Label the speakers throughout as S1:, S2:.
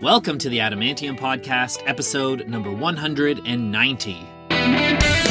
S1: Welcome to the Adamantium Podcast, episode number 190.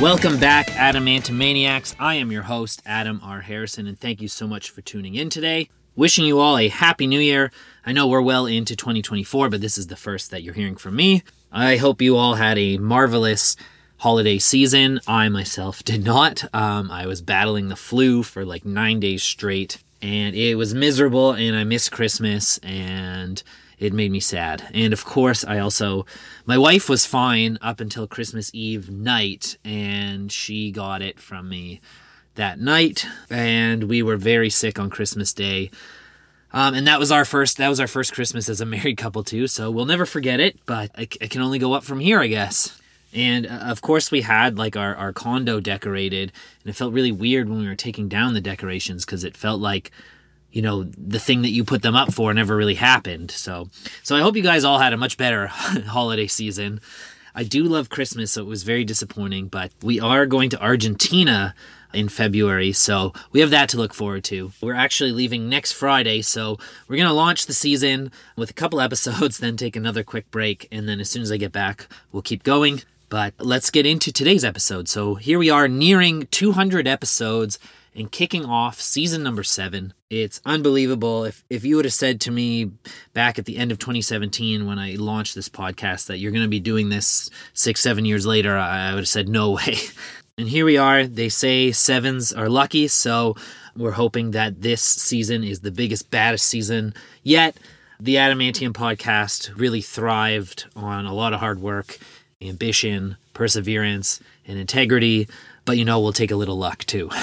S1: Welcome back, Adamantomaniacs. I am your host, Adam R. Harrison, and thank you so much for tuning in today. Wishing you all a happy new year. I know we're well into 2024, but this is the first that you're hearing from me. I hope you all had a marvelous holiday season. I myself did not. Um, I was battling the flu for like nine days straight, and it was miserable, and I missed Christmas, and it made me sad. And of course, I also, my wife was fine up until Christmas Eve night, and she got it from me that night. And we were very sick on Christmas Day. Um, and that was our first. That was our first Christmas as a married couple too. So we'll never forget it. But I, c- I can only go up from here, I guess. And uh, of course, we had like our our condo decorated, and it felt really weird when we were taking down the decorations because it felt like, you know, the thing that you put them up for never really happened. So, so I hope you guys all had a much better holiday season. I do love Christmas, so it was very disappointing. But we are going to Argentina in February, so we have that to look forward to. We're actually leaving next Friday, so we're going to launch the season with a couple episodes, then take another quick break, and then as soon as I get back, we'll keep going. But let's get into today's episode. So here we are nearing 200 episodes and kicking off season number seven. It's unbelievable. If, if you would have said to me back at the end of 2017 when I launched this podcast that you're going to be doing this six, seven years later, I would have said, no way. And here we are. They say sevens are lucky, so we're hoping that this season is the biggest, baddest season yet. The Adamantium podcast really thrived on a lot of hard work, ambition, perseverance, and integrity. But you know, we'll take a little luck too.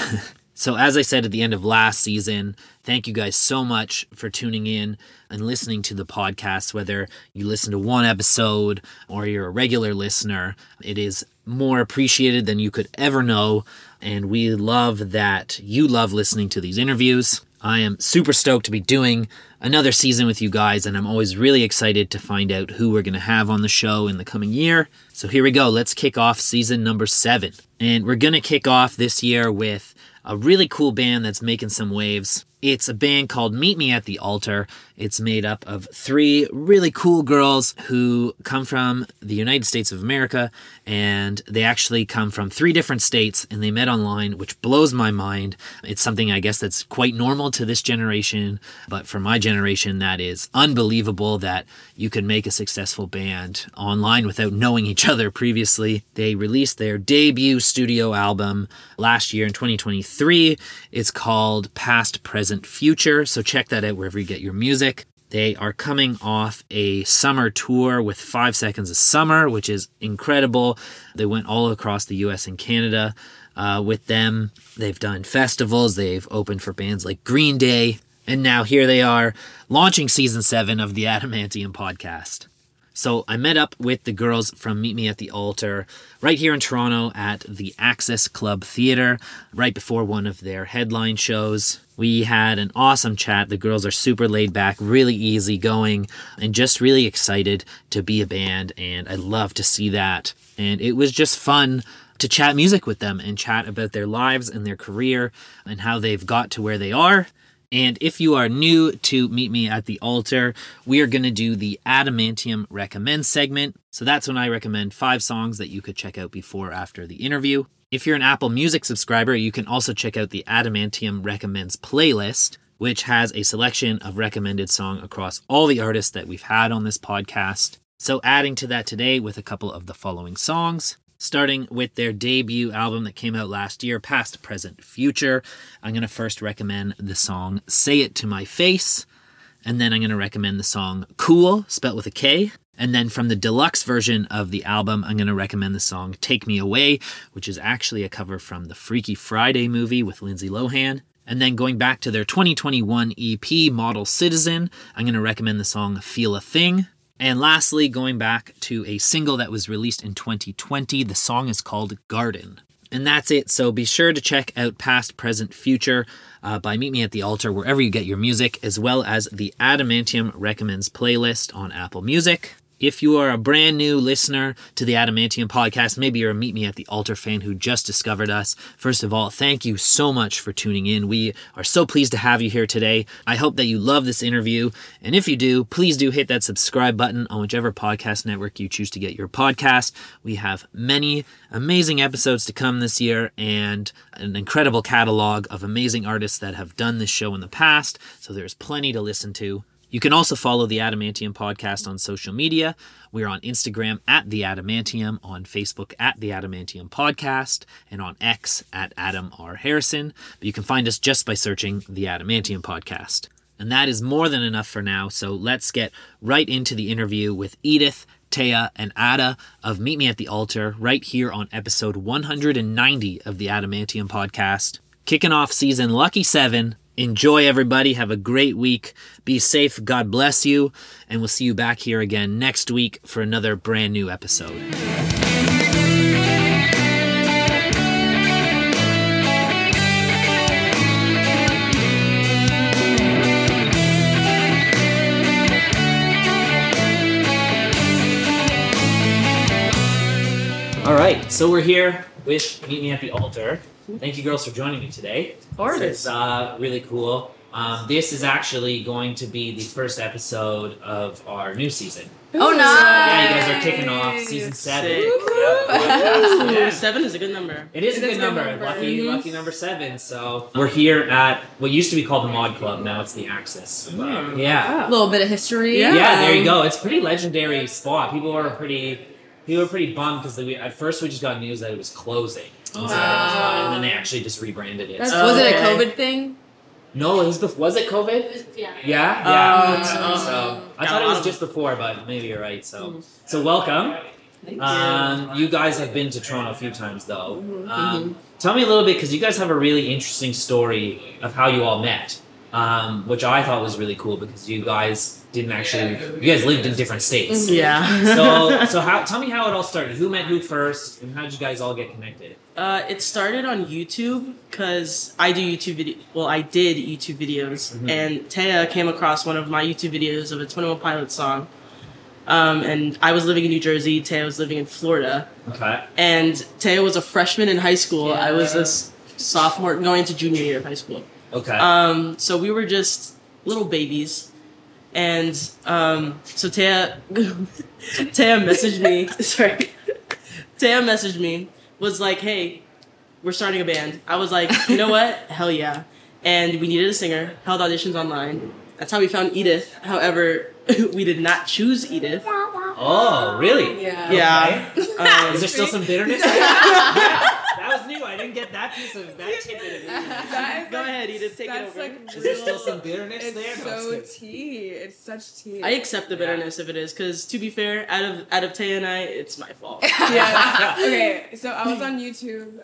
S1: So, as I said at the end of last season, thank you guys so much for tuning in and listening to the podcast. Whether you listen to one episode or you're a regular listener, it is more appreciated than you could ever know. And we love that you love listening to these interviews. I am super stoked to be doing another season with you guys, and I'm always really excited to find out who we're going to have on the show in the coming year. So, here we go. Let's kick off season number seven. And we're going to kick off this year with a really cool band that's making some waves. It's a band called Meet Me at the Altar. It's made up of three really cool girls who come from the United States of America, and they actually come from three different states, and they met online, which blows my mind. It's something I guess that's quite normal to this generation, but for my generation, that is unbelievable that you can make a successful band online without knowing each other previously. They released their debut studio album last year in 2023. Three, It's called Past, Present, Future. So check that out wherever you get your music. They are coming off a summer tour with Five Seconds of Summer, which is incredible. They went all across the US and Canada uh, with them. They've done festivals, they've opened for bands like Green Day. And now here they are launching season seven of the Adamantium podcast. So I met up with the girls from Meet Me at the Altar right here in Toronto at the Access Club Theatre right before one of their headline shows. We had an awesome chat. The girls are super laid back, really easy going, and just really excited to be a band. And I love to see that. And it was just fun to chat music with them and chat about their lives and their career and how they've got to where they are. And if you are new to Meet Me at the Altar, we are going to do the Adamantium Recommend segment. So that's when I recommend five songs that you could check out before or after the interview. If you're an Apple Music subscriber, you can also check out the Adamantium Recommends playlist, which has a selection of recommended song across all the artists that we've had on this podcast. So adding to that today with a couple of the following songs starting with their debut album that came out last year, Past, Present, Future. I'm going to first recommend the song Say It to My Face, and then I'm going to recommend the song Cool, spelled with a K. And then from the deluxe version of the album, I'm going to recommend the song Take Me Away, which is actually a cover from the Freaky Friday movie with Lindsay Lohan. And then going back to their 2021 EP, Model Citizen, I'm going to recommend the song Feel a Thing. And lastly, going back to a single that was released in 2020, the song is called Garden. And that's it. So be sure to check out Past, Present, Future uh, by Meet Me at the Altar, wherever you get your music, as well as the Adamantium Recommends playlist on Apple Music. If you are a brand new listener to the Adamantium podcast, maybe you're a Meet Me at the Altar fan who just discovered us. First of all, thank you so much for tuning in. We are so pleased to have you here today. I hope that you love this interview. And if you do, please do hit that subscribe button on whichever podcast network you choose to get your podcast. We have many amazing episodes to come this year and an incredible catalog of amazing artists that have done this show in the past. So there's plenty to listen to. You can also follow the Adamantium podcast on social media. We're on Instagram at The Adamantium, on Facebook at The Adamantium Podcast, and on X at Adam R. Harrison. But you can find us just by searching The Adamantium Podcast. And that is more than enough for now. So let's get right into the interview with Edith, Taya, and Ada of Meet Me at the Altar right here on episode 190 of The Adamantium Podcast. Kicking off season Lucky Seven, Enjoy, everybody. Have a great week. Be safe. God bless you. And we'll see you back here again next week for another brand new episode. All right, so we're here with Meet Me at the Altar. Thank you, girls, for joining me today.
S2: course.
S1: It's uh, really cool. Um, this is actually going to be the first episode of our new season.
S2: Oh,
S3: Ooh.
S2: nice.
S1: Yeah, you guys are kicking off season seven.
S2: Sick.
S1: Yeah.
S2: Ooh,
S1: Yeah.
S2: Seven is a good number.
S1: It is a
S3: That's
S1: good number. Lucky,
S2: Mhm.
S1: lucky number seven. So we're here at what used to be called the Mod Club. Now it's the Axis.
S2: Mm.
S1: Yeah.
S3: A little bit of history.
S2: Yeah.
S1: Yeah, there you go. It's a pretty legendary spot. People were pretty, people were pretty bummed because at first we just got news that it was closing, and, so-
S3: Wow.
S1: and then they actually just rebranded it.
S3: That's,
S1: So-
S2: Oh,
S3: was it a
S2: okay.
S3: COVID thing?
S1: no, it was before. Was it COVID?
S4: Yeah.
S1: Yeah, yeah.
S2: Oh,
S1: so I
S2: Yeah,
S1: thought
S2: a
S1: it
S2: lot
S1: was
S2: of- Mm-hmm.
S1: just before, but maybe you're right. So, so welcome.
S2: Thank
S1: Um, you guys have been to Toronto a few times, though.
S2: Mm-hmm.
S1: Um, tell me a little bit, because you guys have a really interesting story of how you all met, um, which I thought was really cool because you guys didn't actually, you guys lived in different
S2: Mm-hmm.
S1: states.
S2: Yeah.
S1: so, so how, tell me how it all started. Who met who first, and how did you guys all get connected?
S2: Uh, it started on YouTube because I do YouTube video. Well, I did YouTube videos,
S1: Mhm.
S2: and Taya came across one of my YouTube videos of a Twenty One Pilots song. Um, and I was living in New Jersey. Taya was living in Florida,
S1: Okay.
S2: and Taya was a freshman in high school. I was a
S3: Yeah.
S2: s- sophomore going into junior year of high school.
S1: Okay.
S2: Um, so we were just little babies. And um, so Taya, Taya messaged me. Sorry. Taya messaged me, was like, hey, we're starting a band. I was like, you know what? Hell yeah. And we needed a singer, held auditions online. That's how we found Edith. However, we did not choose Edith.
S1: oh, really?
S3: Yeah.
S2: Yeah.
S1: Okay.
S2: Um,
S1: Is there still some bitterness? yeah, that was new. I didn't get that piece of that tidbit. of news.
S2: Go ahead, Edith, take it
S3: that's
S2: over.
S3: Like
S1: Is there still
S3: real-
S1: some bitterness there?
S3: it's
S1: No, it's
S3: so
S1: good.
S3: tea. It's such tea.
S2: I accept the bitterness if it is, because to be fair, out of out of Taya and I, it's my fault.
S3: yeah. Okay. So I was on YouTube,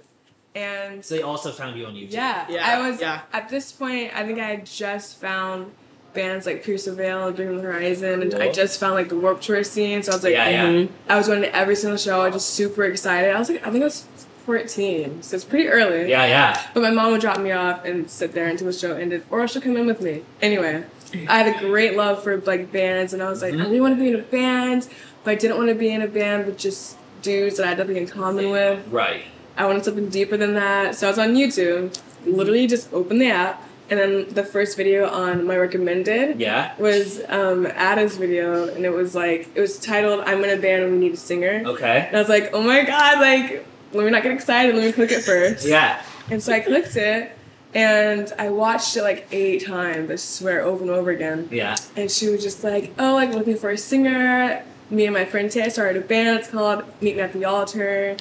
S3: and
S1: So they also found you on YouTube.
S3: yeah,
S2: Yeah,
S3: I was
S2: yeah.
S3: at this point. I think I had just found bands like Pierce the Veil, Dream of the Horizon, and I
S1: Cool.
S3: just found like the Warped Tour scene. So I was like,
S1: Yeah, yeah.
S2: Mhm.
S3: I was going to every single show. I was just super excited. I was like, I think I was 14, so it's pretty early.
S1: Yeah, yeah.
S3: But my mom would drop me off and sit there until the show ended, or she'll come in with me. Anyway, I had a great love for like bands, and I was
S1: Mm-hmm.
S3: like, I really want to be in a band, but I didn't want to be in a band with just dudes that I had nothing in common with.
S1: Right.
S3: I wanted something deeper than that, so I was on YouTube. Literally, just opened the app, and then the first video on my recommended
S1: Yeah.
S3: was um, Ada's video, and it was like it was titled "I'm in a band and we need a singer."
S1: Okay.
S3: And I was like, oh my god, like, let me not get excited, let me click it first.
S1: Yeah.
S3: And so I clicked it and I watched it like eight times, I swear, over and over again.
S1: Yeah.
S3: And she was just like, oh, like looking for a singer. Me and my friend Tay started a band, it's called Meet Me at the Altar.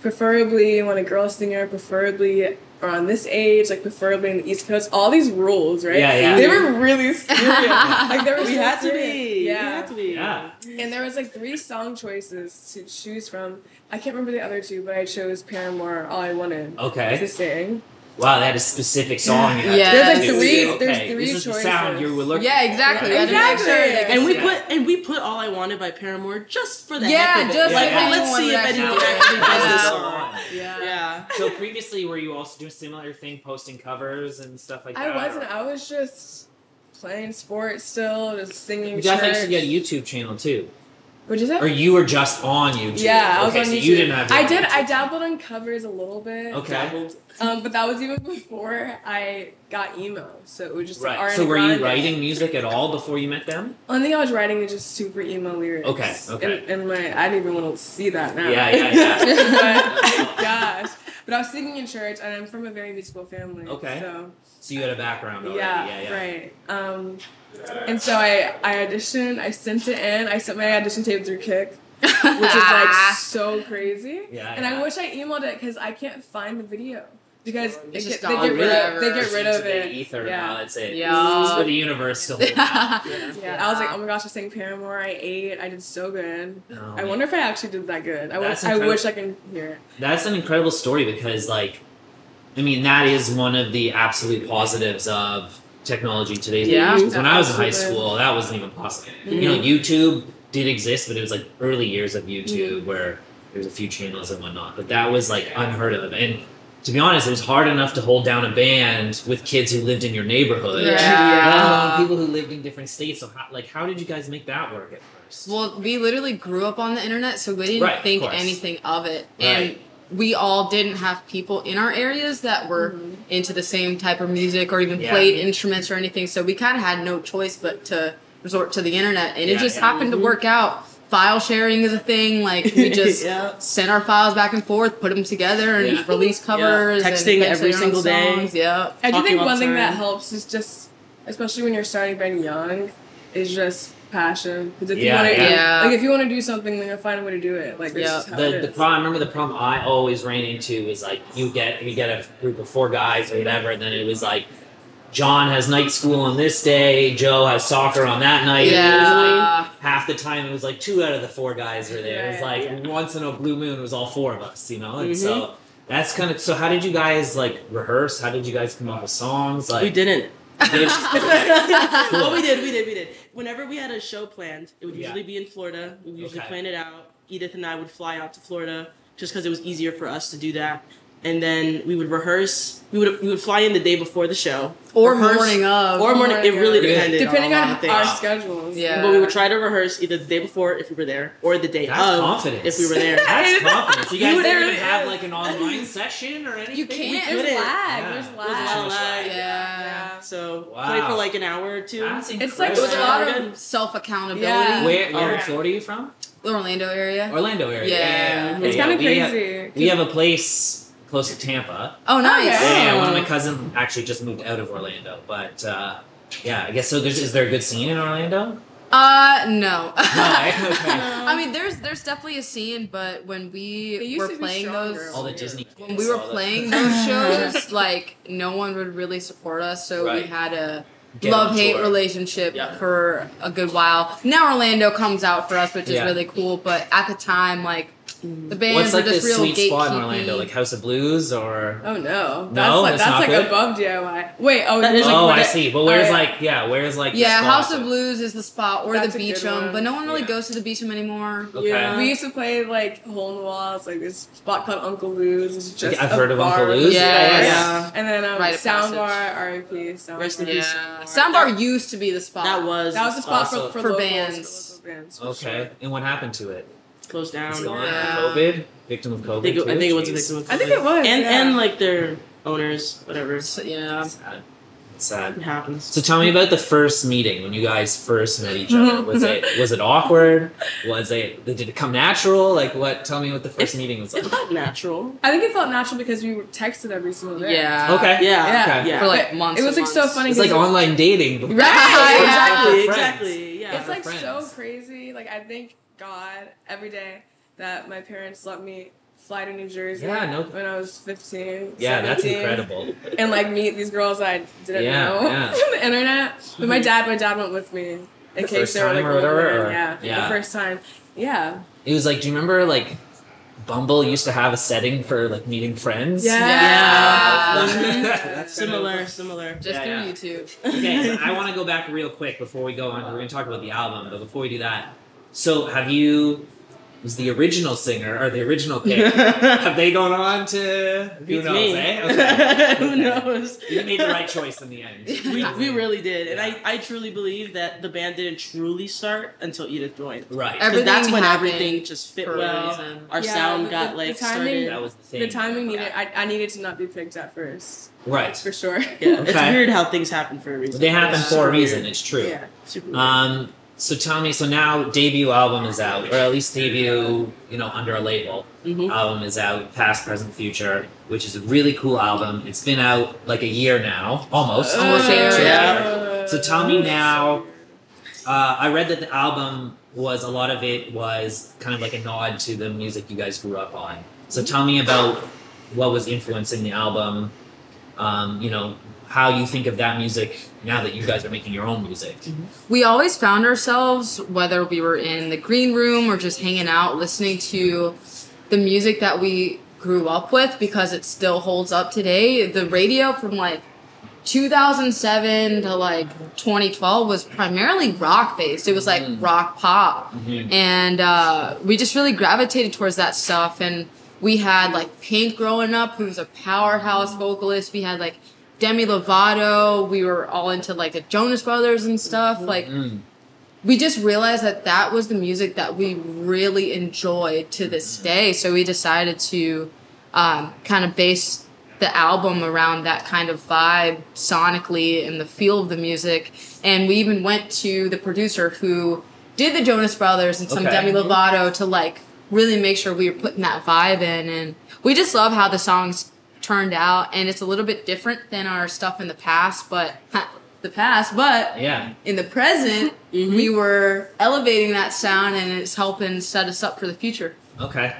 S3: Preferably, you want a girl singer, preferably around this age, like preferably in the East Coast. All these rules, right?
S1: Yeah, yeah.
S3: They were really serious. like, they were
S2: We
S3: so
S2: had to
S3: serious.
S2: be.
S3: Yeah.
S2: We had to be.
S1: Yeah.
S3: And there was like three song choices to choose from. I can't remember the other two, but I chose Paramore, All I Wanted
S1: Okay.
S3: to sing.
S1: Wow, that is specific song. you had
S4: Yeah.
S1: to
S4: There's
S3: like
S1: do.
S3: three-
S1: Okay,
S3: there's three
S1: this is the sound
S3: choices.
S1: you were looking.
S4: Yeah,
S1: for,
S4: exactly.
S1: right?
S4: I had to make sure
S3: Exactly.
S4: that
S2: And we
S1: Yeah.
S2: put and we put "All I Wanted" by Paramore just for that.
S4: Yeah,
S2: heck of it.
S4: just
S2: like
S1: so that
S2: let's
S4: anyone
S2: see
S4: would
S2: if
S4: actually
S2: anyone
S4: do it.
S2: actually does this
S4: Yeah.
S2: song.
S4: Yeah.
S2: Yeah,
S1: So previously, were you also doing similar thing, posting covers and stuff like uh,
S3: I
S1: that?
S3: wasn't. I was just playing sports still, just singing.
S1: Because I think
S3: church.
S1: you had a YouTube channel too,
S3: What'd you say?
S1: or you were just on YouTube.
S3: yeah, I was
S1: okay,
S3: on
S1: so
S3: YouTube.
S1: you didn't have. your
S3: I
S1: own
S3: did.
S1: YouTube
S3: I
S1: channel.
S3: dabbled in covers a little bit.
S1: Okay.
S3: Um, but that was even before I got emo, so it was just like
S1: Right.
S3: Ariana
S1: So were you
S3: Grande.
S1: writing music at all before you met them?
S3: Only thing I was writing is just super emo lyrics.
S1: Okay, okay.
S3: And, and my, I didn't even want to see that now.
S1: Yeah, yeah, yeah.
S3: but, gosh. But I was singing in church, and I'm from a very musical family.
S1: Okay.
S3: So
S1: so you had a background already.
S3: yeah,
S1: yeah, yeah.
S3: right. Um, and so I, I auditioned. I sent it in. I sent my audition tape through Kick, which is like so crazy.
S1: Yeah,
S3: And
S1: yeah.
S3: I wish I emailed it because I can't find the video because it
S4: It's
S3: get-
S4: just
S3: they,
S1: Oh,
S4: gone
S3: get rid of, they
S4: forever.
S3: get rid
S1: It's
S3: of
S1: into the
S3: it.
S1: ether
S3: yeah.
S1: now. That's it.
S4: Yeah.
S1: It's for the universe to hold out.
S3: Yeah, I was like, oh my gosh, I sang Paramore. I ate. I did so good.
S1: Oh,
S3: I
S1: man.
S3: wonder if I actually did that good. I wish
S1: That's
S3: I
S1: incredible.
S3: wish I can hear.
S1: That's an incredible story because, like, I mean, that is one of the absolute positives of technology today.
S4: Yeah. Mm-hmm.
S1: Because when I was in high
S3: Absolutely.
S1: school, that wasn't even possible. You know, YouTube did exist, but it was like early years of YouTube
S4: Mm-hmm.
S1: where there's a few channels and whatnot. But that was like unheard of. And to be honest, it was hard enough to hold down a band with kids who lived in your neighborhood.
S4: Yeah.
S1: Let alone people who lived in different states. So, how, like, how did you guys make that work at first?
S4: Well, we literally grew up on the internet, so we didn't
S1: Right, of
S4: think
S1: course.
S4: anything of it.
S1: Right.
S4: And we all didn't have people in our areas that were into the same type of music or even
S1: Yeah.
S4: played instruments or anything, so we kind of had no choice but to resort to the internet. And
S1: Yeah,
S4: it just
S1: yeah.
S4: happened to work out. File sharing is a thing. Like, we just
S2: Yeah.
S4: sent our files back and forth, put them together, and
S1: Yeah.
S4: release covers. and
S2: Texting
S4: put
S2: every
S4: together on
S2: single day.
S4: songs. Yeah.
S3: I do
S2: Talking
S3: think
S2: all
S3: one
S2: the
S3: thing that
S2: time.
S3: helps is just, especially when you're starting very young, is just passion. Because if
S1: Yeah,
S3: you want to,
S4: yeah.
S3: like if you want to do something, then you'll find a way to do it. Like
S4: Yeah.
S3: that's just how
S1: the
S3: it
S1: the
S3: is.
S1: problem. I remember the problem I always ran into is like you get you get a group of four guys or whatever, and then it was like John has night school on this day, Joe has soccer on that night. And it was like,
S4: Yeah.
S1: half the time it was like two out of the four guys were there. It was like
S3: Right.
S1: once in a blue moon it was all four of us, you know. And so that's kind of so. How did you guys like rehearse? How did you guys come up with songs? Like
S2: we didn't.
S1: did-
S2: well, we did, we did, we did. Whenever we had a show planned, it would
S1: Yeah.
S2: usually be in Florida. We would usually
S1: Okay.
S2: plan it out. Edith and I would fly out to Florida just because it was easier for us to do that. And then we would rehearse. We would we would fly in the day before the show,
S4: Or
S2: rehearse-
S4: morning of.
S2: or morning. It really
S1: Yeah.
S2: depended,
S3: depending
S2: a lot
S3: on
S2: of things.
S3: our schedules.
S4: Yeah.
S2: But we would try to rehearse either the day before if we were there, or the day
S1: that's
S2: of
S1: confidence.
S2: if we were there.
S1: that's confidence. You guys
S3: You
S1: didn't
S3: really-
S1: even have like an online session or anything.
S4: You can't.
S3: There's
S2: couldn't.
S3: lag.
S1: Yeah.
S3: There's
S1: There's a
S3: lag.
S2: There's a lot of lag.
S4: Yeah.
S3: Yeah.
S2: So
S1: Wow.
S2: play for like an hour or two.
S1: That's
S3: It's like
S4: It was a
S1: incredible.
S4: lot
S2: Good.
S4: of self accountability.
S3: Yeah.
S1: Where, where in
S2: Alright.
S1: Florida are you from?
S4: The Orlando area.
S1: Orlando area.
S4: Yeah.
S1: okay,
S3: It's kind of
S1: we have-
S3: crazy.
S1: we have a place close to Tampa.
S4: oh, nice.
S3: Okay.
S1: Yeah, one of my cousins actually just moved out of Orlando, but uh, yeah, I guess so. There's, is there a good scene in Orlando?
S4: Uh, no.
S1: No, okay.
S4: I mean, there's there's definitely a scene, but when
S3: They
S4: we
S3: used
S4: were
S3: to be
S4: playing
S3: stronger.
S4: those,
S1: All the Disney.
S4: when
S1: kids,
S4: we were
S1: all the-
S4: playing those shows, like no one would really support us, so
S1: Right.
S4: we had a
S1: Get on
S4: love hate
S1: tour.
S4: relationship
S1: Yeah.
S4: for a good while. Now Orlando comes out for us, which is
S1: Yeah.
S4: really cool. But at the time, like the bands
S1: What's like
S4: were
S1: the
S4: just real
S1: sweet spot in
S4: gatekeepy.
S1: Orlando? Like House of Blues or?
S3: Oh no. That's
S1: No,
S3: like
S1: it's
S3: that's
S1: not
S3: like
S1: good?
S3: above DIY. Wait. Oh,
S2: That
S3: there's
S2: is
S3: like
S1: oh,
S3: what
S1: I
S3: it-
S1: see. But where's
S3: I-
S1: like yeah? Where's like the
S4: yeah,
S1: spot?
S4: House of Blues is the spot, or
S3: That's
S4: the
S3: a good
S4: Beachum,
S3: one.
S4: but no one really
S1: Yeah.
S4: goes to the Beachum anymore.
S1: Okay.
S2: Yeah.
S3: We used to play like hole in the walls, like this spot called Uncle Lou's. It's just
S1: I've
S3: a
S1: heard of
S3: bar
S1: Uncle
S3: with
S1: Lou's.
S4: Yeah,
S3: bars.
S2: yeah.
S3: And then um,
S4: Rite of
S3: Soundbar, R.I.P. Soundbar.
S2: Rest in peace.
S4: Yeah. Soundbar used to be the spot.
S2: That was
S3: That was the spot
S1: Also-
S3: for, for,
S4: For
S3: locals,
S4: bands.
S3: For local bands. for
S1: Okay,
S3: sure.
S1: and what happened to it?
S2: closed down.
S1: It's gone.
S4: Um, Yeah.
S1: COVID. Victim of COVID.
S2: I think, I
S1: too?
S2: think it was a
S1: Jeez.
S2: victim of
S3: I think
S2: COVID.
S3: it was,
S2: And
S3: yeah.
S2: and like their owners, whatever. It
S4: So, yeah.
S1: Sad. It's sad.
S2: happens.
S1: So tell me about the first meeting when you guys first met each other. Was it was it awkward? Was it did it come natural? Like what? Tell me what the first meeting was like.
S2: It felt natural.
S3: I think it felt natural because we were texted every single day.
S4: Yeah.
S1: Okay.
S2: Yeah.
S1: Okay.
S2: Yeah.
S4: For like
S3: But
S4: months.
S3: it was,
S4: and
S3: like, so
S4: months.
S3: funny.
S1: It's like online dating. but-
S4: Right.
S2: Yeah,
S4: Yeah.
S2: Exactly.
S1: Friends.
S2: Exactly. Yeah.
S3: It's like so
S1: friends.
S3: crazy. Like I thank God every day that my parents let me fly to New Jersey
S1: Yeah, no-
S3: when I was 15.
S1: Yeah, that's
S3: 17,
S1: incredible.
S3: And like meet these girls I didn't
S1: Yeah,
S3: know
S1: yeah.
S3: from the internet. But my dad, my dad went with me in
S1: The
S3: case
S1: first
S3: they were
S1: time
S3: like
S1: or whatever,
S3: older.
S1: or-
S3: yeah,
S1: yeah.
S3: the first time. Yeah,
S1: It was like, do you remember like Bumble used to have a setting for like meeting friends.
S3: Yeah.
S2: Mhm.
S1: That's
S2: Similar, similar.
S4: Just
S1: Yeah, yeah.
S4: through YouTube.
S1: Okay, so I want to go back real quick before we go on. We're going to talk about the album, but before we do that, so have you? Was the original singer or the original pick? have they gone on to who
S2: Beats
S1: knows?
S2: me.
S1: Eh? Okay.
S2: Who
S1: Okay.
S2: knows?
S1: You made the right choice in the end.
S2: We, we really did, and
S1: Yeah.
S2: I, I truly believe that the band didn't truly start until Edith joined.
S1: right.
S4: Every-
S2: 'Cause that's
S4: Everything
S2: when
S4: happened
S2: everything just fit
S4: for a
S2: well.
S4: reason.
S2: Our
S3: Yeah,
S2: sound
S3: the-
S2: got
S3: the-
S2: like
S3: the timing-
S1: that
S2: started.
S1: was the thing.
S3: The timing needed.
S1: Yeah.
S3: I, I needed to not be picked at first.
S1: Right.
S3: For sure.
S2: Yeah, it's
S1: Okay.
S2: weird how things happen for a reason.
S1: They happen
S2: It's
S1: for
S2: super
S1: a reason.
S2: weird.
S1: It's true.
S3: Yeah.
S2: Super weird.
S1: Um, so tell me, so now debut album is out, or at least debut, you know, under a label
S2: Mhm.
S1: album is out, past, present, future, which is a really cool album. It's been out like a year now, almost.
S4: Almost a year,
S1: yeah. So tell me
S3: Uh,
S1: now- Uh, I read that the album was a lot of it was kind of like a nod to the music you guys grew up on. So tell me about what was influencing the album. Um, you know, how you think of that music now that you guys are making your own music.
S4: We always found ourselves, whether we were in the green room or just hanging out, listening to the music that we grew up with because it still holds up today. The radio from like 2007 to like 2012 was primarily rock based. It was like
S1: Mhm.
S4: rock pop.
S1: Mhm.
S4: and uh, we just really gravitated towards that stuff. And we had like Pink growing up, who was a powerhouse vocalist. We had like Demi Lovato. We were all into like the Jonas Brothers and stuff. Like
S1: Mm.
S4: we just realized that that was the music that we really enjoyed to this day. So we decided to um, kind of base the album around that kind of vibe sonically and the feel of the music. And we even went to the producer who did the Jonas Brothers and some
S1: Okay.
S4: Demi Lovato to like really make sure we were putting that vibe in. And we just love how the songs turned out. And it's a little bit different than our stuff in the past, but the past, but
S1: Yeah.
S4: in the present,
S1: Mm-hmm.
S4: we were elevating that sound and it's helping set us up for the future.
S1: Okay.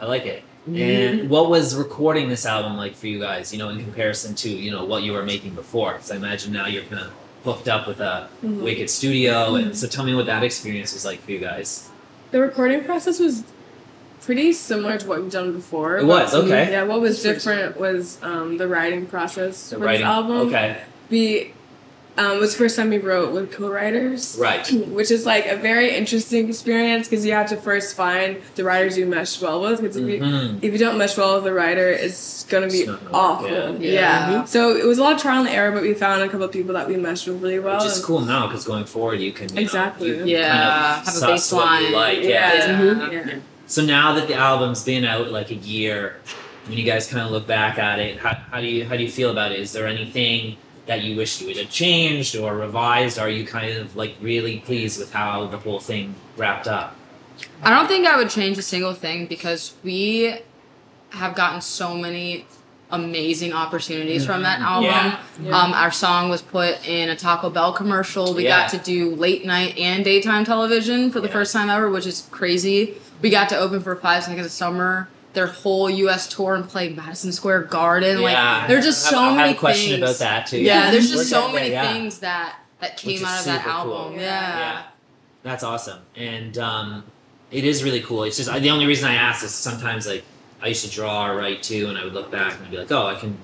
S1: I like it. And what was recording this album like for you guys, you know, in comparison to, you know, what you were making before? Because I imagine now you're kind of hooked up with a
S3: Mhm.
S1: Wicked studio.
S3: Mm-hmm.
S1: And so tell me what that experience was like for you guys.
S3: The recording process was pretty similar to what we've done before.
S1: It was, okay.
S3: Yeah, what was different was um, the writing process
S1: The
S3: for
S1: writing.
S3: this album.
S1: Okay.
S3: We um, it was the first time we wrote with co-writers.
S1: Right.
S3: Which is like a very interesting experience because you have to first find the writers you mesh well with. Because if, you,
S1: Mhm.
S3: if you don't mesh well with the writer, it's gonna be
S1: It's not gonna Mm-hmm. work,
S3: awful.
S1: yeah.
S3: Yeah. So it was a lot of trial and error, but we found a couple of people that we meshed with really well.
S1: Which is
S3: and-
S1: cool now because going forward you can you know,
S3: Exactly.
S1: you can
S4: Yeah,
S1: kind of
S4: have a
S1: suss what you
S4: baseline.
S1: like.
S3: Yeah.
S1: yeah. Mm-hmm.
S4: Mhm.
S3: Yeah.
S1: So now that the album's been out like a year, when you guys kind of look back at it, how, how do you how do you feel about it? Is there anything that you wish you would have changed or revised? Are you kind of like really pleased with how the whole thing wrapped up?
S4: I don't think I would change a single thing because we have gotten so many amazing opportunities from that album.
S1: Yeah.
S3: Yeah.
S4: Um, our song was put in a Taco Bell commercial. We
S1: Yeah.
S4: got to do late night and daytime television for the
S1: Yeah.
S4: first time ever, which is crazy. We got to open for Five Seconds of Summer, their whole U.S. tour, and play Madison Square Garden. Like, there are just
S1: I have-
S4: so
S1: I have
S4: many
S1: a question
S4: things.
S1: about that too.
S4: Yeah, there's just
S1: We're
S4: so
S1: getting
S4: many
S1: there, yeah.
S4: things that that
S1: Which
S4: came
S1: is
S4: out of that
S1: super cool.
S4: album.
S3: Yeah.
S1: Yeah.
S4: Yeah.
S1: That's awesome. And um, it is really cool. It's just I, the only reason I ask is sometimes like I used to draw or write too, and I would look back and I'd be like, oh, I can,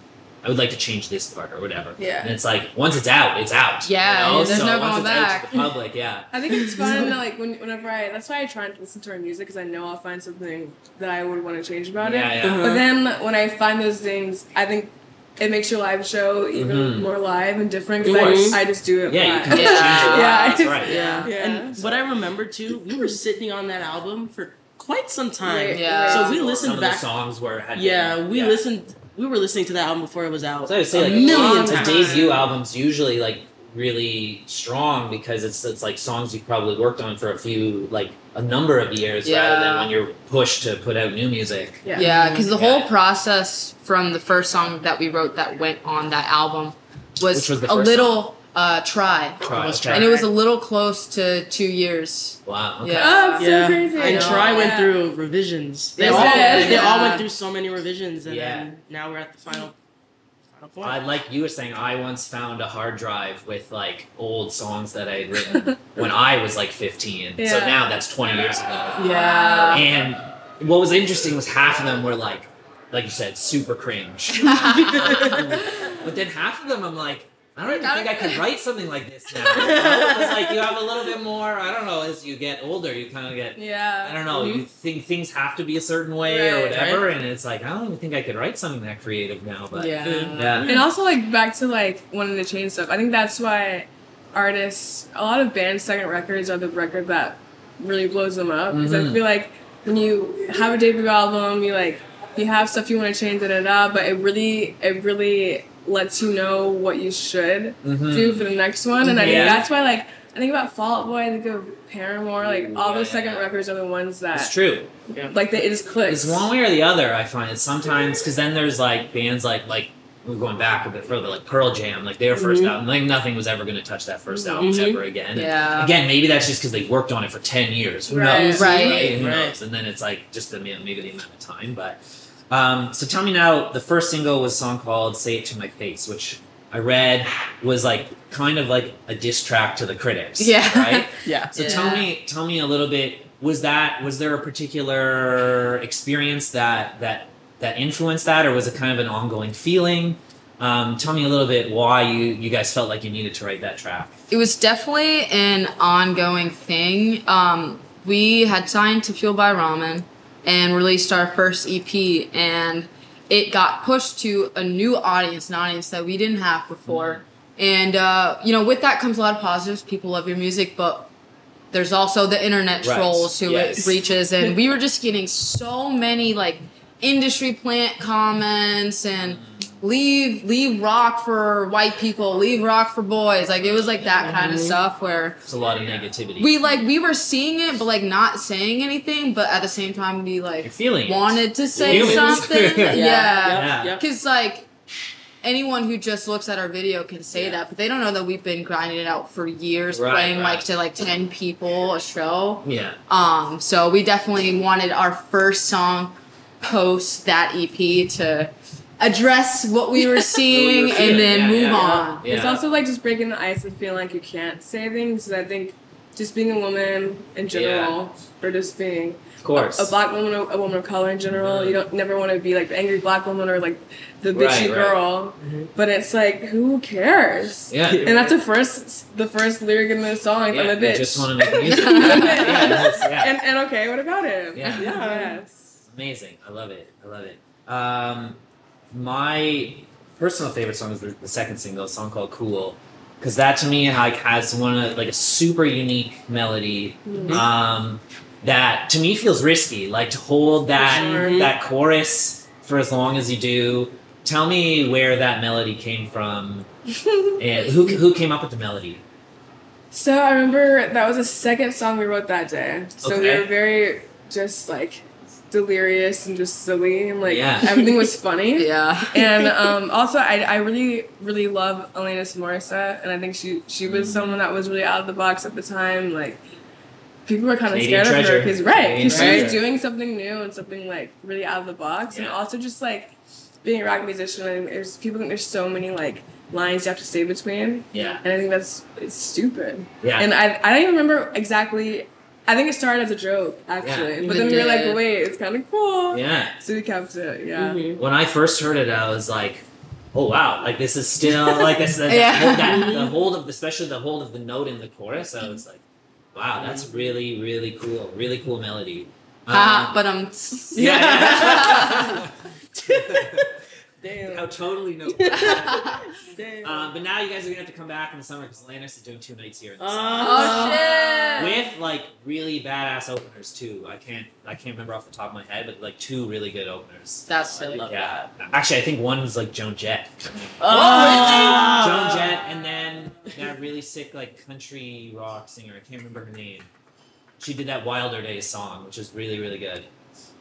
S1: I would like to change this part or whatever.
S3: Yeah.
S1: And it's like once it's out, it's out.
S4: Yeah,
S1: You know?
S4: there's
S1: so
S4: no
S1: once
S4: going
S1: it's Out
S4: back.
S1: to the public, yeah.
S3: I think it's fun to like when, whenever I. That's why I try and listen to our music because I know I'll find something that I would want to change about
S1: yeah,
S3: it.
S1: yeah.
S3: But then when I find those things, I think it makes your live show even
S1: Mhm.
S3: more live and different.
S1: Of course.
S3: Because I, I just do it.
S1: Yeah, you
S3: live.
S1: can
S4: Yeah.
S1: change it.
S3: Yeah,
S1: That's
S3: it's-
S1: right.
S2: Yeah.
S3: Yeah.
S2: And what I remember too, we were sitting on that album for quite some time.
S4: Yeah.
S2: So we
S1: Some
S2: listened
S1: of the
S2: back.
S1: songs were had
S2: Yeah,
S1: been-
S2: we
S1: yeah.
S2: listened. We were listening to that album before it was out.
S1: So I would say
S2: a
S1: like
S2: million
S1: the
S2: times.
S1: debut albums usually like really strong because it's it's like songs you've probably worked on for a few like a number of years rather than
S4: Yeah.
S1: when you're pushed to put out new music.
S3: Yeah.
S4: Yeah, because the
S1: Yeah.
S4: whole process from the first song that we wrote that went on that album was,
S1: Which was the
S4: a
S1: first
S4: little uh, try.
S1: Try,
S2: Almost
S1: okay.
S4: And it was a little close to two years.
S1: Wow. Okay.
S4: Yeah.
S3: Oh, it's
S2: yeah,
S3: so crazy.
S2: and
S4: know.
S2: Try went
S3: Yeah.
S2: through revisions. They
S3: They
S2: all
S3: did.
S2: they all went
S4: Yeah.
S2: through so many revisions, and
S1: Yeah.
S2: then now we're at the final final point.
S1: I like you were saying I once found a hard drive with like old songs that I had written when I was like 15. So
S3: Yeah.
S1: now that's 20 years ago.
S4: Yeah.
S1: And what was interesting was half of them were like, like you said, super cringe. Uh, but then half of them, I'm like, I don't even think I could write something like this now. You know? It's like you have a little bit more. I don't know. As you get older, you kind of get. I
S4: yeah.
S1: don't know. You think things have to be a certain way or
S4: Right,
S1: whatever, and it's like I don't even think I could write something that creative now. But uh,
S4: Yeah.
S3: And also like back to like wanting to change stuff. I think that's why artists, a lot of bands' second records are the record that really blows them up. Because
S1: Mhm.
S3: I feel like when you have a debut album, you like you have stuff you want to change, da da da. But it really, it really lets you know what you should
S1: Mhm.
S3: do for the next one. And I think
S1: Yeah.
S3: that's why like I think about Fall Out Boy, I think of Paramore, like all
S1: Yeah,
S3: those
S1: yeah,
S3: second
S1: yeah.
S3: records are the ones
S1: it's
S3: that
S1: true.
S3: like they, it just clicks.
S1: It's one way or the other. I find it sometimes because then there's like bands like like we're going back a bit further, like Pearl Jam, like their 1st
S2: Mhm.
S4: Mm-hmm.
S1: album, like nothing was ever going to touch that first album
S2: Mhm.
S1: ever again. And
S4: Yeah.
S1: Again, maybe that's just because they worked on it for ten years. Who
S3: Right.
S1: knows?
S4: Right.
S1: Who
S2: Right.
S1: knows? And then it's like just the ma- maybe the amount of time. But um, so tell me now, the first single was a song called "Say It to My Face," which I read was like kind of like a diss track to the critics.
S4: Yeah.
S1: Right.
S5: Yeah.
S1: So tell
S4: Yeah.
S1: me, tell me a little bit. Was that was there a particular experience that that that influenced that, or was it kind of an ongoing feeling? Um, tell me a little bit why you you guys felt like you needed to write that track.
S4: It was definitely an ongoing thing. Um, we had signed to Fuel by Ramen and released our first EP, and it got pushed to a new audience, an audience that we didn't have before. And, uh, you know, with that comes a lot of positives. People love your music, but there's also the internet
S1: Right.
S4: trolls who
S1: Yes.
S4: it reaches. And we were just getting so many, like, industry plant comments and leave leave rock for white people leave rock for boys like it was like that kind of stuff where
S1: It's a lot of negativity.
S4: we like we were seeing it but like not saying anything but at the same time we
S1: You're
S4: like
S1: feeling it.
S4: wanted to say
S1: Humans.
S4: something
S1: Yeah.
S4: yeah
S1: Yeah.
S2: Yep.
S4: because like anyone who just looks at our video can say that but they don't know that we've been grinding it out for years
S1: Right,
S4: playing
S1: right.
S4: like to like 10 people a show
S1: Yeah.
S4: um, so we definitely wanted our first song post that EP to address what we were seeing
S1: feeling,
S4: and then
S1: yeah,
S4: move
S1: yeah,
S4: on.
S1: Yeah.
S3: It's also like just breaking the ice and feeling like you can't say things. And I think just being a woman in general, or just being
S1: of course.
S3: a black woman, a woman of color in general, you don't never want to be like the angry black woman or like the bitchy
S1: Mm-hmm. Right, right.
S3: girl. But it's like, who cares?
S1: yeah.
S3: And that's the first, the first lyric in the song.
S1: yeah.
S3: I'm a
S1: you
S3: bitch.
S1: just want to make music.
S4: I'm
S1: yeah,
S4: a bitch.
S1: that's- yeah.
S3: and, and okay, what about him?
S1: Yeah.
S3: Yes.
S1: Amazing. I love it. I love it. Um, my personal favorite song is the, the second single, a song called Cool. Because that to me like has one of like a super unique melody. Um, that to me feels risky. Like to hold that
S2: sure.
S1: that chorus for as long as you do. Tell me where that melody came from. and who who came up with the melody?
S3: So I remember that was the second song we wrote that day. So
S1: Okay.
S3: we were very just like delirious and just silly and like
S1: Yeah.
S3: everything was funny.
S4: Yeah.
S3: And um, also, I, I really really love Alanis Morissette, and I think she she was
S1: Mm.
S3: someone that was really out of the box at the time. Like people were kind of
S1: Canadian
S3: scared of her
S1: treasure.
S3: because right,
S1: Canadian
S3: 'cause she
S2: treasure.
S3: was doing something new and something like really out of the box, and
S1: Yeah.
S3: also just like being a rock musician. I think there's people think there's so many like lines you have to stay between,
S1: Yeah.
S3: and I think that's it's stupid.
S1: Yeah.
S3: And I, I don't even remember exactly. I think it started as a joke, actually.
S4: Yeah.
S3: but then we were like,
S4: Yeah.
S3: wait, it's kind of cool.
S1: yeah.
S3: So we kept it, yeah.
S2: Mhm.
S1: when I first heard it, I was like, "Oh wow!" Like this is still like this. The,
S4: Yeah.
S1: that, the hold of, especially the hold of the note in the chorus. I was like, "Wow, that's really, really cool. Really cool melody."
S4: Ah,
S1: Um,
S4: but I'm.
S1: yeah, yeah.
S3: Damn.
S1: How totally no.
S3: Damn.
S1: Um, but now you guys are gonna have to come back in the summer because Lannis is doing two nights here. In the summer.
S2: Oh,
S4: shit.
S1: With like really badass openers too. I can't I can't remember off the top of my head, but like two really good openers.
S4: That's silly.
S2: love
S1: Yeah. Actually, I think one was like Joan Jett.
S2: Oh.
S1: Joan Jett, and then that really sick like country rock singer. I can't remember her name. She did that Wilder Days song, which is really really good.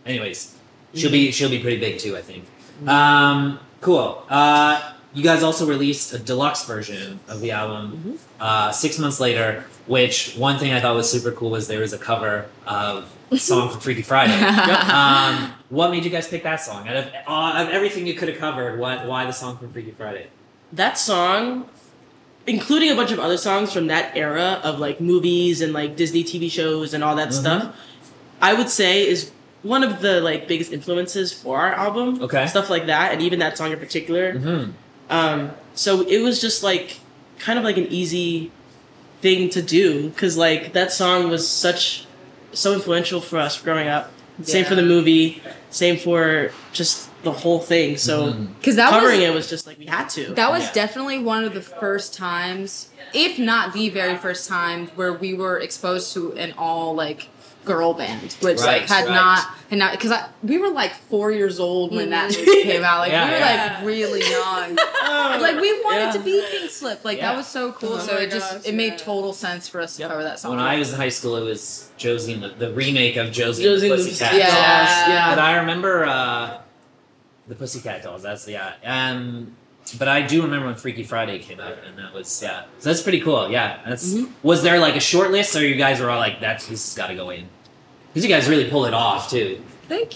S1: Anyways, she'll be she'll be pretty big too, I think. Um, cool. Uh, you guys also released a deluxe version of the album uh, six months later. Which one thing I thought was super cool was there was a cover of a song from Freaky Friday. um, what made you guys pick that song? Out of, uh, of everything you could have covered, what, why the song from Freaky Friday?
S2: that song, including a bunch of other songs from that era of like movies and like Disney TV shows and all that
S1: Mhm.
S2: stuff, I would say is one of the like biggest influences for our album.
S1: Okay.
S2: Stuff like that, and even that song in particular.
S1: Mm-hmm.
S2: Um, so it was just like kind of like an easy thing to do because like that song was such so influential for us growing up. Same for
S4: Yeah.
S2: the movie. Same for just the whole thing. So
S1: Mhm.
S4: because that was
S2: covering it was just like we had to.
S4: That was
S1: Yeah.
S4: definitely one of the first times, if not the very first time, where we were exposed to an all like girl band, which
S1: Right,
S4: like had
S1: right.
S4: not and not because we were like four years old when that movie
S3: Mm-hmm.
S4: came out. Like
S1: Yeah,
S4: we were
S3: yeah.
S4: like really young.
S2: Oh,
S4: like we wanted
S2: yeah.
S4: to be Pink Slip. Like
S1: Yeah.
S4: that was so cool.
S3: Oh
S4: so
S3: my
S4: it just
S3: gosh,
S4: it made
S3: yeah.
S4: total sense for us to
S1: Yep.
S4: cover that song.
S1: When I was in high school, it was Josie and the, the remake of Josie,
S2: Josie
S1: and
S2: and
S1: the
S2: the
S1: Pussycat
S4: yeah,
S2: Pussycat
S1: Dolls.
S2: Dolls, yeah.
S1: But I remember uh, the Pussycat Dolls. That's yeah. Um, but I do remember when Freaky Friday came out, and that was yeah. So that's pretty cool. Yeah. That's
S4: Mm-hmm.
S2: Mhm.
S1: was there like a short list, or you guys were all like, "That's this has got to go in," because you guys really pull it off too.
S4: Thank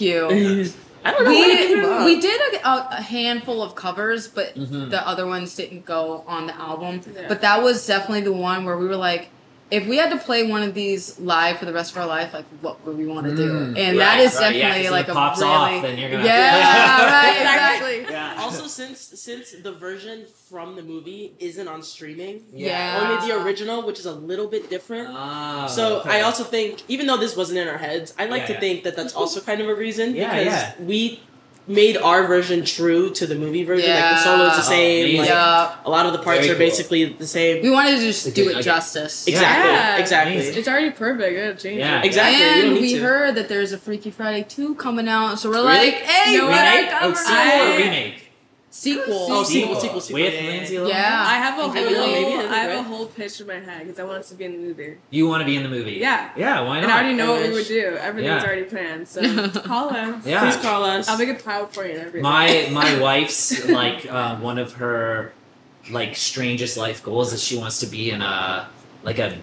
S4: you.
S2: I don't know. when it came
S4: we,
S2: out.
S4: we did a, a, a handful of covers, but
S1: Mhm.
S4: the other ones didn't go on the album.
S3: Yeah.
S4: But that was definitely the one where we were like, if we had to play one of these live for the rest of our life, like what would we want to do?
S1: Mm,
S4: And
S1: right,
S4: that is
S1: right,
S4: definitely
S1: yeah, 'cause if
S4: like
S1: it
S4: a
S1: pops
S4: really
S1: off, then you're gonna have to
S4: yeah,
S1: play.
S4: right,
S2: Exactly.
S4: exactly.
S1: Yeah.
S2: also since since the version from the movie isn't on streaming,
S4: Yeah.
S2: only the original, which is a little bit different.
S1: Oh,
S2: So
S1: okay.
S2: I also think, even though this wasn't in our heads, I like
S1: Yeah,
S2: to
S1: yeah.
S2: think that that's also kind of a reason
S1: Yeah,
S2: because
S1: yeah.
S2: we made our version true to the movie version. Like the
S4: Yeah.
S2: solo's the
S1: Oh,
S2: same. like,
S1: amazing.
S4: Yeah.
S2: a lot of the parts
S1: Very
S2: are
S1: cool.
S2: basically the same.
S4: We wanted to just
S1: Like,
S4: do
S1: I
S4: it
S1: get-
S4: justice.
S1: Yeah.
S2: Exactly.
S3: Yeah.
S2: Exactly.
S1: Amazing.
S3: It's already perfect. I gotta change
S1: Yeah.
S3: it.
S2: Exactly. you don't
S4: And
S2: need
S4: we
S2: to.
S4: heard that there's a Freaky Friday 2 coming out, so we're
S1: Really?
S4: like, hey,
S3: No
S4: we
S3: way.
S4: gotta
S1: remake.
S3: I
S1: Oh,
S3: covered
S1: sequel or
S3: it.
S1: remake?
S4: sequel.
S2: Oh,
S3: sequel,
S2: sequel, sequel,
S1: with
S2: yeah, yeah,
S1: Lindsay
S2: yeah.
S1: Lohan?
S4: Yeah.
S3: I have a
S4: I
S3: whole,
S4: don't know, maybe
S2: that's
S3: I have
S2: right.
S3: a whole pitch in my head because I want us to be in the movie,
S1: You want to be in the movie?
S3: Yeah.
S1: Yeah. Why not?
S3: and I already know
S2: I
S3: what we would
S2: wish.
S3: do. Everything's
S1: Yeah.
S3: already planned. So call us.
S1: Yeah.
S2: Please call us.
S3: I'll make a pile for you and everything.
S1: my my wife's like uh, one of her like strangest life goals is she wants to be in a like a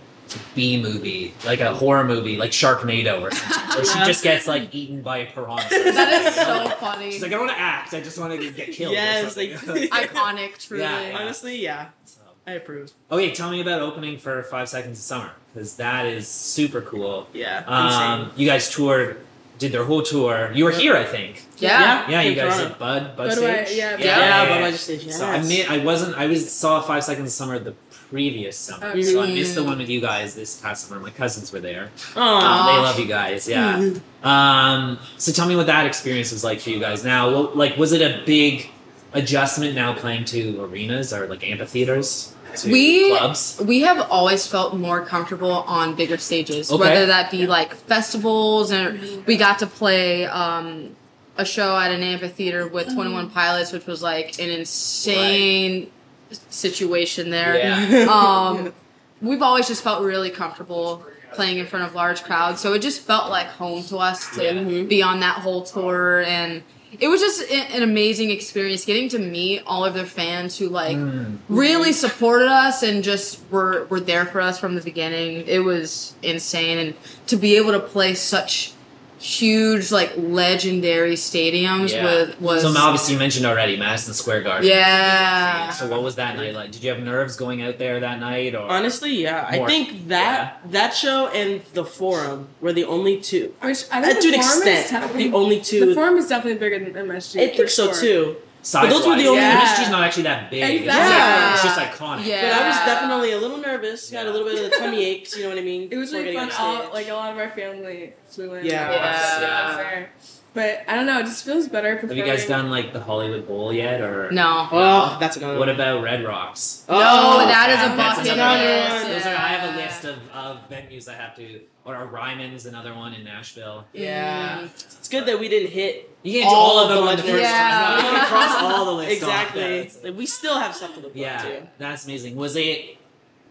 S1: B movie, like a horror movie, like Sharknado or something, where she
S2: Yeah.
S1: just gets like eaten by a piranha.
S4: That is so funny.
S1: She's like, I don't want to act. I just want to get killed. or
S2: Yes,
S1: something."
S2: like-
S4: Iconic, truly.
S1: Yeah.
S2: Honestly, yeah,
S1: So-
S2: I approve.
S1: okay, tell me about opening for Five Seconds of Summer because that is super cool.
S2: Yeah.
S1: Um, you guys toured, did their whole tour. You were here, I think.
S4: Yeah.
S1: Yeah, you
S2: Ah, in
S1: guys
S2: Toronto.
S1: did Bud, Bud
S3: Bud
S1: Stage.
S3: White, yeah, Bud
S2: Yeah,
S3: Yeah,
S2: but I just yes.
S1: So I mean, I wasn't. I was saw Five Seconds of Summer the previous summer,
S3: Okay.
S1: so I missed the one with you guys this past summer. My cousins were there.
S2: Aw.
S1: Um, they
S4: Aw.
S1: love you guys. Yeah. Um. So tell me what that experience was like for you guys. Now, Well, like, was it a big adjustment now playing to arenas or like amphitheaters? To
S4: We-
S1: clubs.
S4: We have always felt more comfortable on bigger stages,
S1: Okay.
S4: whether that be like festivals, and we got to play um, a show at an amphitheater with Twenty One Pilots, which was like an insane situation there.
S1: Yeah.
S4: Um, We've always just felt really comfortable playing in front of large crowds, so it just felt like home to us to
S1: Yeah.
S2: Mhm.
S4: be on that whole tour and. It was just a- an amazing experience getting to meet all of their fans who like
S1: Mm.
S4: really supported us and just were were there for us from the beginning. It was insane and to be able to play such huge like legendary stadiums
S1: Yeah.
S4: with was
S1: So obviously you mentioned already Madison Square Garden.
S4: yeah.
S1: So what was that night like? Did you have nerves going out there that night? Or
S2: Honestly, yeah, I
S1: More.
S2: think that that show and the forum were the only two.
S3: Which I
S2: Uh,
S3: think
S2: to an
S3: the form is
S2: extent,
S3: definitely-
S2: the only two.
S3: The form is definitely bigger than MSG.
S2: I think
S3: for
S2: so
S3: sure.
S2: too.
S1: size
S2: those were the
S3: only- Yeah.
S1: MSG's not actually that big. It's just,
S3: Exactly.
S1: like- It's just, iconic.
S4: Yeah.
S2: But I was definitely a little nervous. Got a little bit of the tummy aches. You know what I mean?
S3: It was
S2: before
S3: really
S2: getting
S3: fun.
S2: on
S3: All,
S2: stage.
S3: like a lot of our family flew in.
S2: Yeah.
S3: and all that stuff
S1: Yeah.
S3: was there. But I don't know. It just feels better.
S1: Have you guys
S3: performing.
S1: done like the Hollywood Bowl yet, or
S4: No.
S2: oh, that's another.
S1: What
S2: one.
S1: about Red Rocks?
S4: No,
S2: Oh,
S4: that is a
S1: That's
S4: bucket
S1: another
S4: list.
S1: one. Those are, I have a
S4: Yeah.
S1: list of, of venues I have to. Or Ryman's another one in Nashville.
S4: Yeah.
S2: It's good that we didn't hit
S1: You can't do
S2: All
S1: all of
S2: the
S1: them on the
S2: legends.
S1: first
S4: Yeah.
S1: time. You gotta cross all the list off.
S2: exactly.
S1: That's-
S2: Like, we still have stuff to look forward
S1: Yeah,
S2: to.
S1: that's amazing. Was it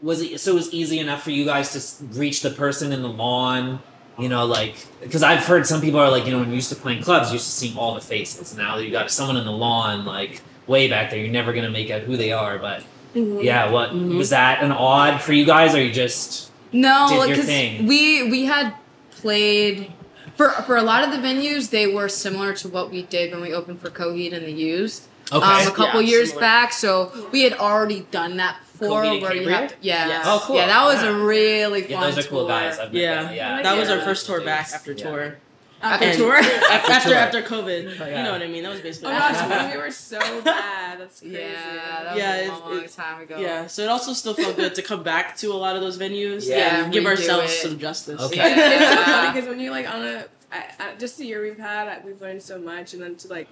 S1: was it so it was easy enough for you guys to s- reach the person in the lawn? You know, like because I've heard some people are like, you know, when you're used to playing clubs, you're used to seeing all the faces. Now that you got someone in the lawn, like way back there, you're never gonna make out who they are. But
S3: Mhm.
S1: yeah, what
S2: Mhm.
S1: was that an odd for you guys? Or you just Did
S4: No,
S1: your
S4: because
S1: thing.
S4: we we had played for for a lot of the venues. They were similar to what we did when we opened for Coheed and the Used
S1: okay?
S4: um, a couple
S2: Yeah,
S4: years
S2: similar.
S4: back. So we had already done that before.
S1: Coheed and
S4: Where you
S1: Cambria?
S4: have to, yeah,
S2: Yes.
S1: Oh, cool.
S4: yeah, that was a
S1: Yeah.
S4: really fun.
S1: yeah, those are cool
S4: tour.
S1: guys. I've met
S2: Yeah.
S1: them. yeah,
S2: That was
S1: they're
S2: our first tour
S1: dudes.
S2: back after
S1: Yeah.
S2: tour.
S4: After
S2: And-
S4: tour?
S2: after after,
S1: tour.
S2: COVID.
S1: Oh,
S2: You
S1: yeah.
S2: know what I mean? That was basically.
S3: Oh gosh, when we were so bad. That's crazy.
S4: Yeah, that was
S2: Yeah,
S4: a
S2: it's-
S4: long, long
S2: it's-
S4: time ago.
S2: yeah, so it also still felt good to come back to a lot of those venues.
S1: Yeah.
S2: Yeah,
S4: Yeah,
S2: give
S4: redo
S2: ourselves
S4: it.
S2: some justice.
S1: Okay.
S3: It's it's so funny
S4: Yeah.
S3: because when you like on a I, I, just the year we've had, I, we've learned so much, and then to like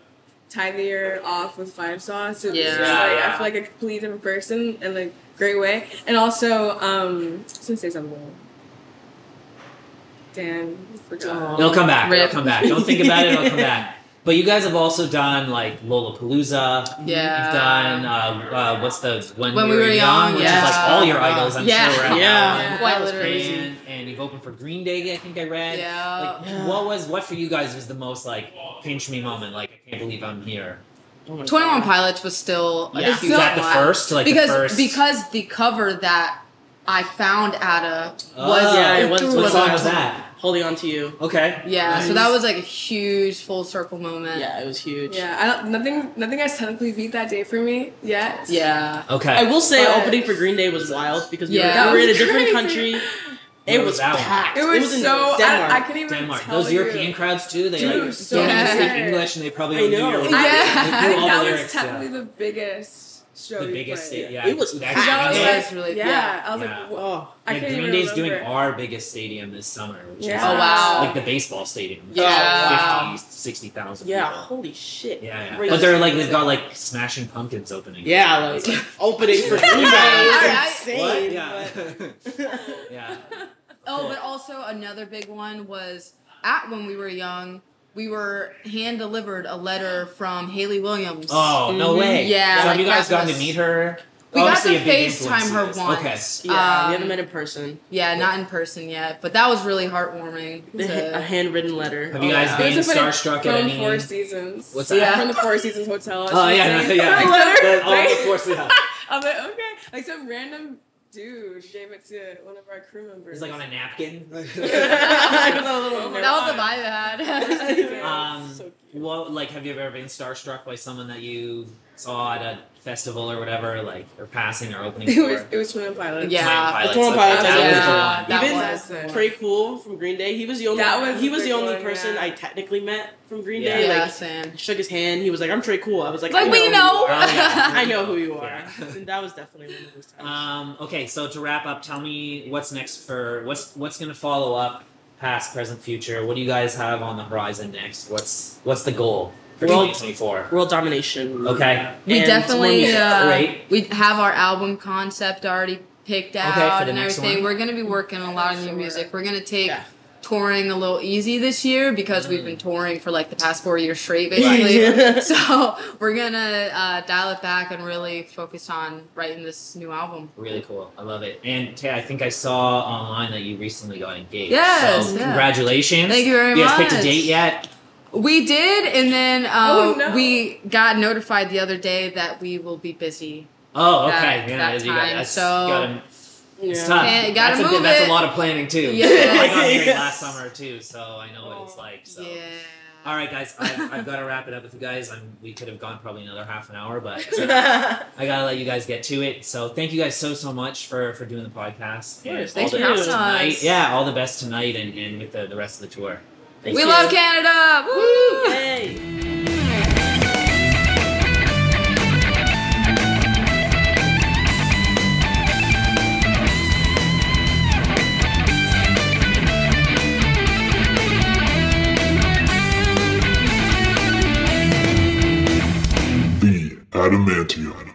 S3: tie the year off with five sauce, it was just
S4: Yeah.
S3: like I feel like a completely different person in a great way. And also, um, I was gonna say something. Dan,
S2: Oh,
S3: forgot.
S1: It'll come back.
S4: Rip.
S1: It'll come back. Don't think about it. It'll come back. But you guys have also done like Lollapalooza.
S4: Yeah.
S1: You've done uh, uh, what's the when,
S4: When
S1: we were young, which
S4: yeah.
S1: is like all your idols. I'm
S4: Yeah.
S1: sure. Right
S2: Yeah.
S1: Now.
S4: Quite
S1: And-
S4: literally.
S1: And, and you've opened for Green Day. I think I read.
S4: Yeah.
S1: Like,
S2: Yeah.
S1: what was what for you guys was the most like pinch me moment? Like I can't believe I'm here.
S2: Oh my
S4: 21
S2: God.
S4: Pilots was still a
S1: Like,
S4: huge
S1: was that the
S4: one.
S1: first? Like
S4: because
S1: the first.
S4: because the cover that I found Ada was
S1: Oh. Yeah,
S2: it was-
S4: through
S1: what
S2: was
S1: song
S2: that?
S1: was that?
S2: Holding on to you.
S1: Okay.
S4: Yeah,
S2: Nice.
S4: so that was like a huge full circle moment.
S2: Yeah, it was huge.
S3: Yeah, I don't. Nothing. Nothing has technically beat that day for me yet.
S4: Yeah.
S1: Okay.
S2: I will say
S3: But-
S2: opening for Green Day was wild because we
S4: Yeah.
S2: were,
S4: That
S2: we were in a
S3: was
S2: different
S3: crazy.
S2: country. It
S1: Where
S2: was,
S1: was that one?
S2: packed.
S3: It was,
S2: in
S3: so.
S2: Denmark.
S3: I, I couldn't even
S1: Denmark.
S3: tell
S1: Those
S3: you.
S1: European crowds too. They
S3: Dude,
S1: like
S3: so
S1: don't even
S4: bad.
S1: speak English and they probably
S2: I
S1: knew
S2: know.
S1: your-
S3: I,
S4: Yeah.
S3: think- I
S1: They knew
S3: think
S1: all
S3: that
S1: the
S3: was
S1: lyrics, yeah.
S3: technically the biggest show.
S1: the
S3: we
S1: biggest
S3: played.
S1: stadium. Yeah,
S2: It was
S1: that's
S2: packed.
S3: That was
S1: England.
S3: like-
S4: That's really-
S3: yeah,
S4: yeah.
S3: I was
S1: Yeah.
S3: like, whoa.
S2: Oh,
S3: I
S1: Like,
S3: can't
S1: Green
S3: even
S1: Day's doing
S3: remember.
S1: our biggest stadium this summer, which
S3: Yeah.
S4: Oh,
S1: is
S4: wow.
S1: like the baseball stadium. It's
S2: Yeah.
S1: like
S4: Wow.
S1: 50, 60,000
S2: yeah.
S1: people.
S2: Holy shit.
S1: Yeah, yeah.
S2: Crazy.
S1: But they're like they've got like Smashing Pumpkins opening.
S2: Yeah, like opening for
S1: Yeah.
S2: Green Day.
S4: Yeah.
S2: is insane.
S1: What? Yeah. yeah.
S4: Oh, but also another big one was at when we were young, we were hand delivered a letter from Haley Williams.
S1: Oh no way.
S4: Yeah,
S1: So have
S4: like,
S1: you guys
S4: that
S1: gotten
S4: was-
S1: to meet her?
S4: We got
S1: Obviously
S4: to
S1: a big
S4: FaceTime her
S1: influence in
S4: once.
S1: this.
S2: Yeah,
S4: Um,
S2: we haven't met in person.
S4: Yeah, not in person yet, but that was really heartwarming.
S2: The ha- a
S4: to-
S2: handwritten letter.
S1: Have you
S2: Oh,
S1: guys
S2: yeah.
S1: been
S3: It was a funny-
S1: starstruck at
S3: from
S1: any-
S3: Four Seasons.
S1: What's
S4: that?
S3: From the Four Seasons Hotel.
S1: Oh yeah, no, yeah.
S3: Letter,
S1: Oh,
S3: right?
S1: of course, yeah.
S3: I'm like, okay. Like some random dude gave it to one of our crew members.
S1: It's like on a napkin.
S4: that was the vibe I had.
S1: Um,
S3: So cute.
S1: well, like, have you ever been starstruck by someone that you saw at a festival or whatever, like, or passing or opening
S3: It was
S1: for?
S3: it was Twin Pilots.
S4: Yeah.
S1: Pilots.
S2: Twin
S1: okay,
S2: Pilots,
S1: That
S4: yeah.
S1: was the
S4: That
S1: one.
S2: Even
S4: was
S3: the one.
S2: Trey Cool from Green Day. He was the only.
S3: That was
S2: he
S3: the
S2: was the
S3: big
S2: only
S3: one,
S2: person
S3: yeah.
S2: I technically met from Green
S1: Yeah.
S2: Day.
S4: yeah,
S2: Like
S4: Sam.
S2: shook his hand. He was like, "I'm Trey Cool." I was like,
S4: Like,
S2: I
S4: we
S2: who
S4: know.
S2: you are."
S1: Oh, yeah.
S2: I know who you are.
S1: Yeah.
S2: And that was definitely one of those times.
S1: Um, okay, so to wrap up, tell me what's next for what's what's gonna follow up, past, present, future. What do you guys have on the horizon next? What's what's the goal for
S2: Well-
S1: 2024?
S2: World domination.
S1: Okay,
S4: We
S2: And
S4: definitely
S2: more music.
S4: uh,
S1: Great.
S4: we have our album concept already picked out
S1: for the
S4: and
S1: next one.
S4: everything. We're gonna be working on a lot of new
S3: Sure.
S4: music. We're gonna take
S2: Yeah.
S4: touring a little easy this year because we've been touring for like the past four years straight, basically.
S2: Right.
S4: so we're gonna uh, dial it back and really focus on writing this new album.
S1: Really cool. I love it. And Tay, I think I saw online that you recently got engaged.
S4: Yes,
S1: So
S4: yeah.
S1: congratulations.
S4: Thank you very
S1: You guys picked a
S4: much.
S1: date yet?
S4: We did, and then uh,
S3: Oh, no.
S4: we got notified the other day that we will be busy.
S1: Oh,
S4: that-
S1: okay. yeah,
S4: that
S1: you got,
S4: time,
S1: that's,
S4: so-
S1: gotta- it's
S2: Yeah.
S1: tough.
S4: Yeah, you gotta
S1: that's, a, bit-
S4: move
S1: that's
S4: it.
S1: a lot of planning too.
S4: Yeah. Oh,
S1: I got married
S2: Yes.
S1: last summer too, so I know what it's like. So.
S4: Yeah.
S1: All right, guys, I've, I've got to wrap it up with you guys. I'm, we could have gone probably another half an hour, but I gotta let you guys get to it. So thank you guys so so much for for doing the podcast. and
S2: course,
S1: all
S4: thanks
S1: the
S4: for
S1: best
S4: having us.
S1: tonight. Yeah, all the best tonight and, and with the, the rest of the tour.
S2: Thank
S4: we
S2: you.
S4: love Canada. Woo!
S2: Yay.
S5: The Adamantium. Adamantium.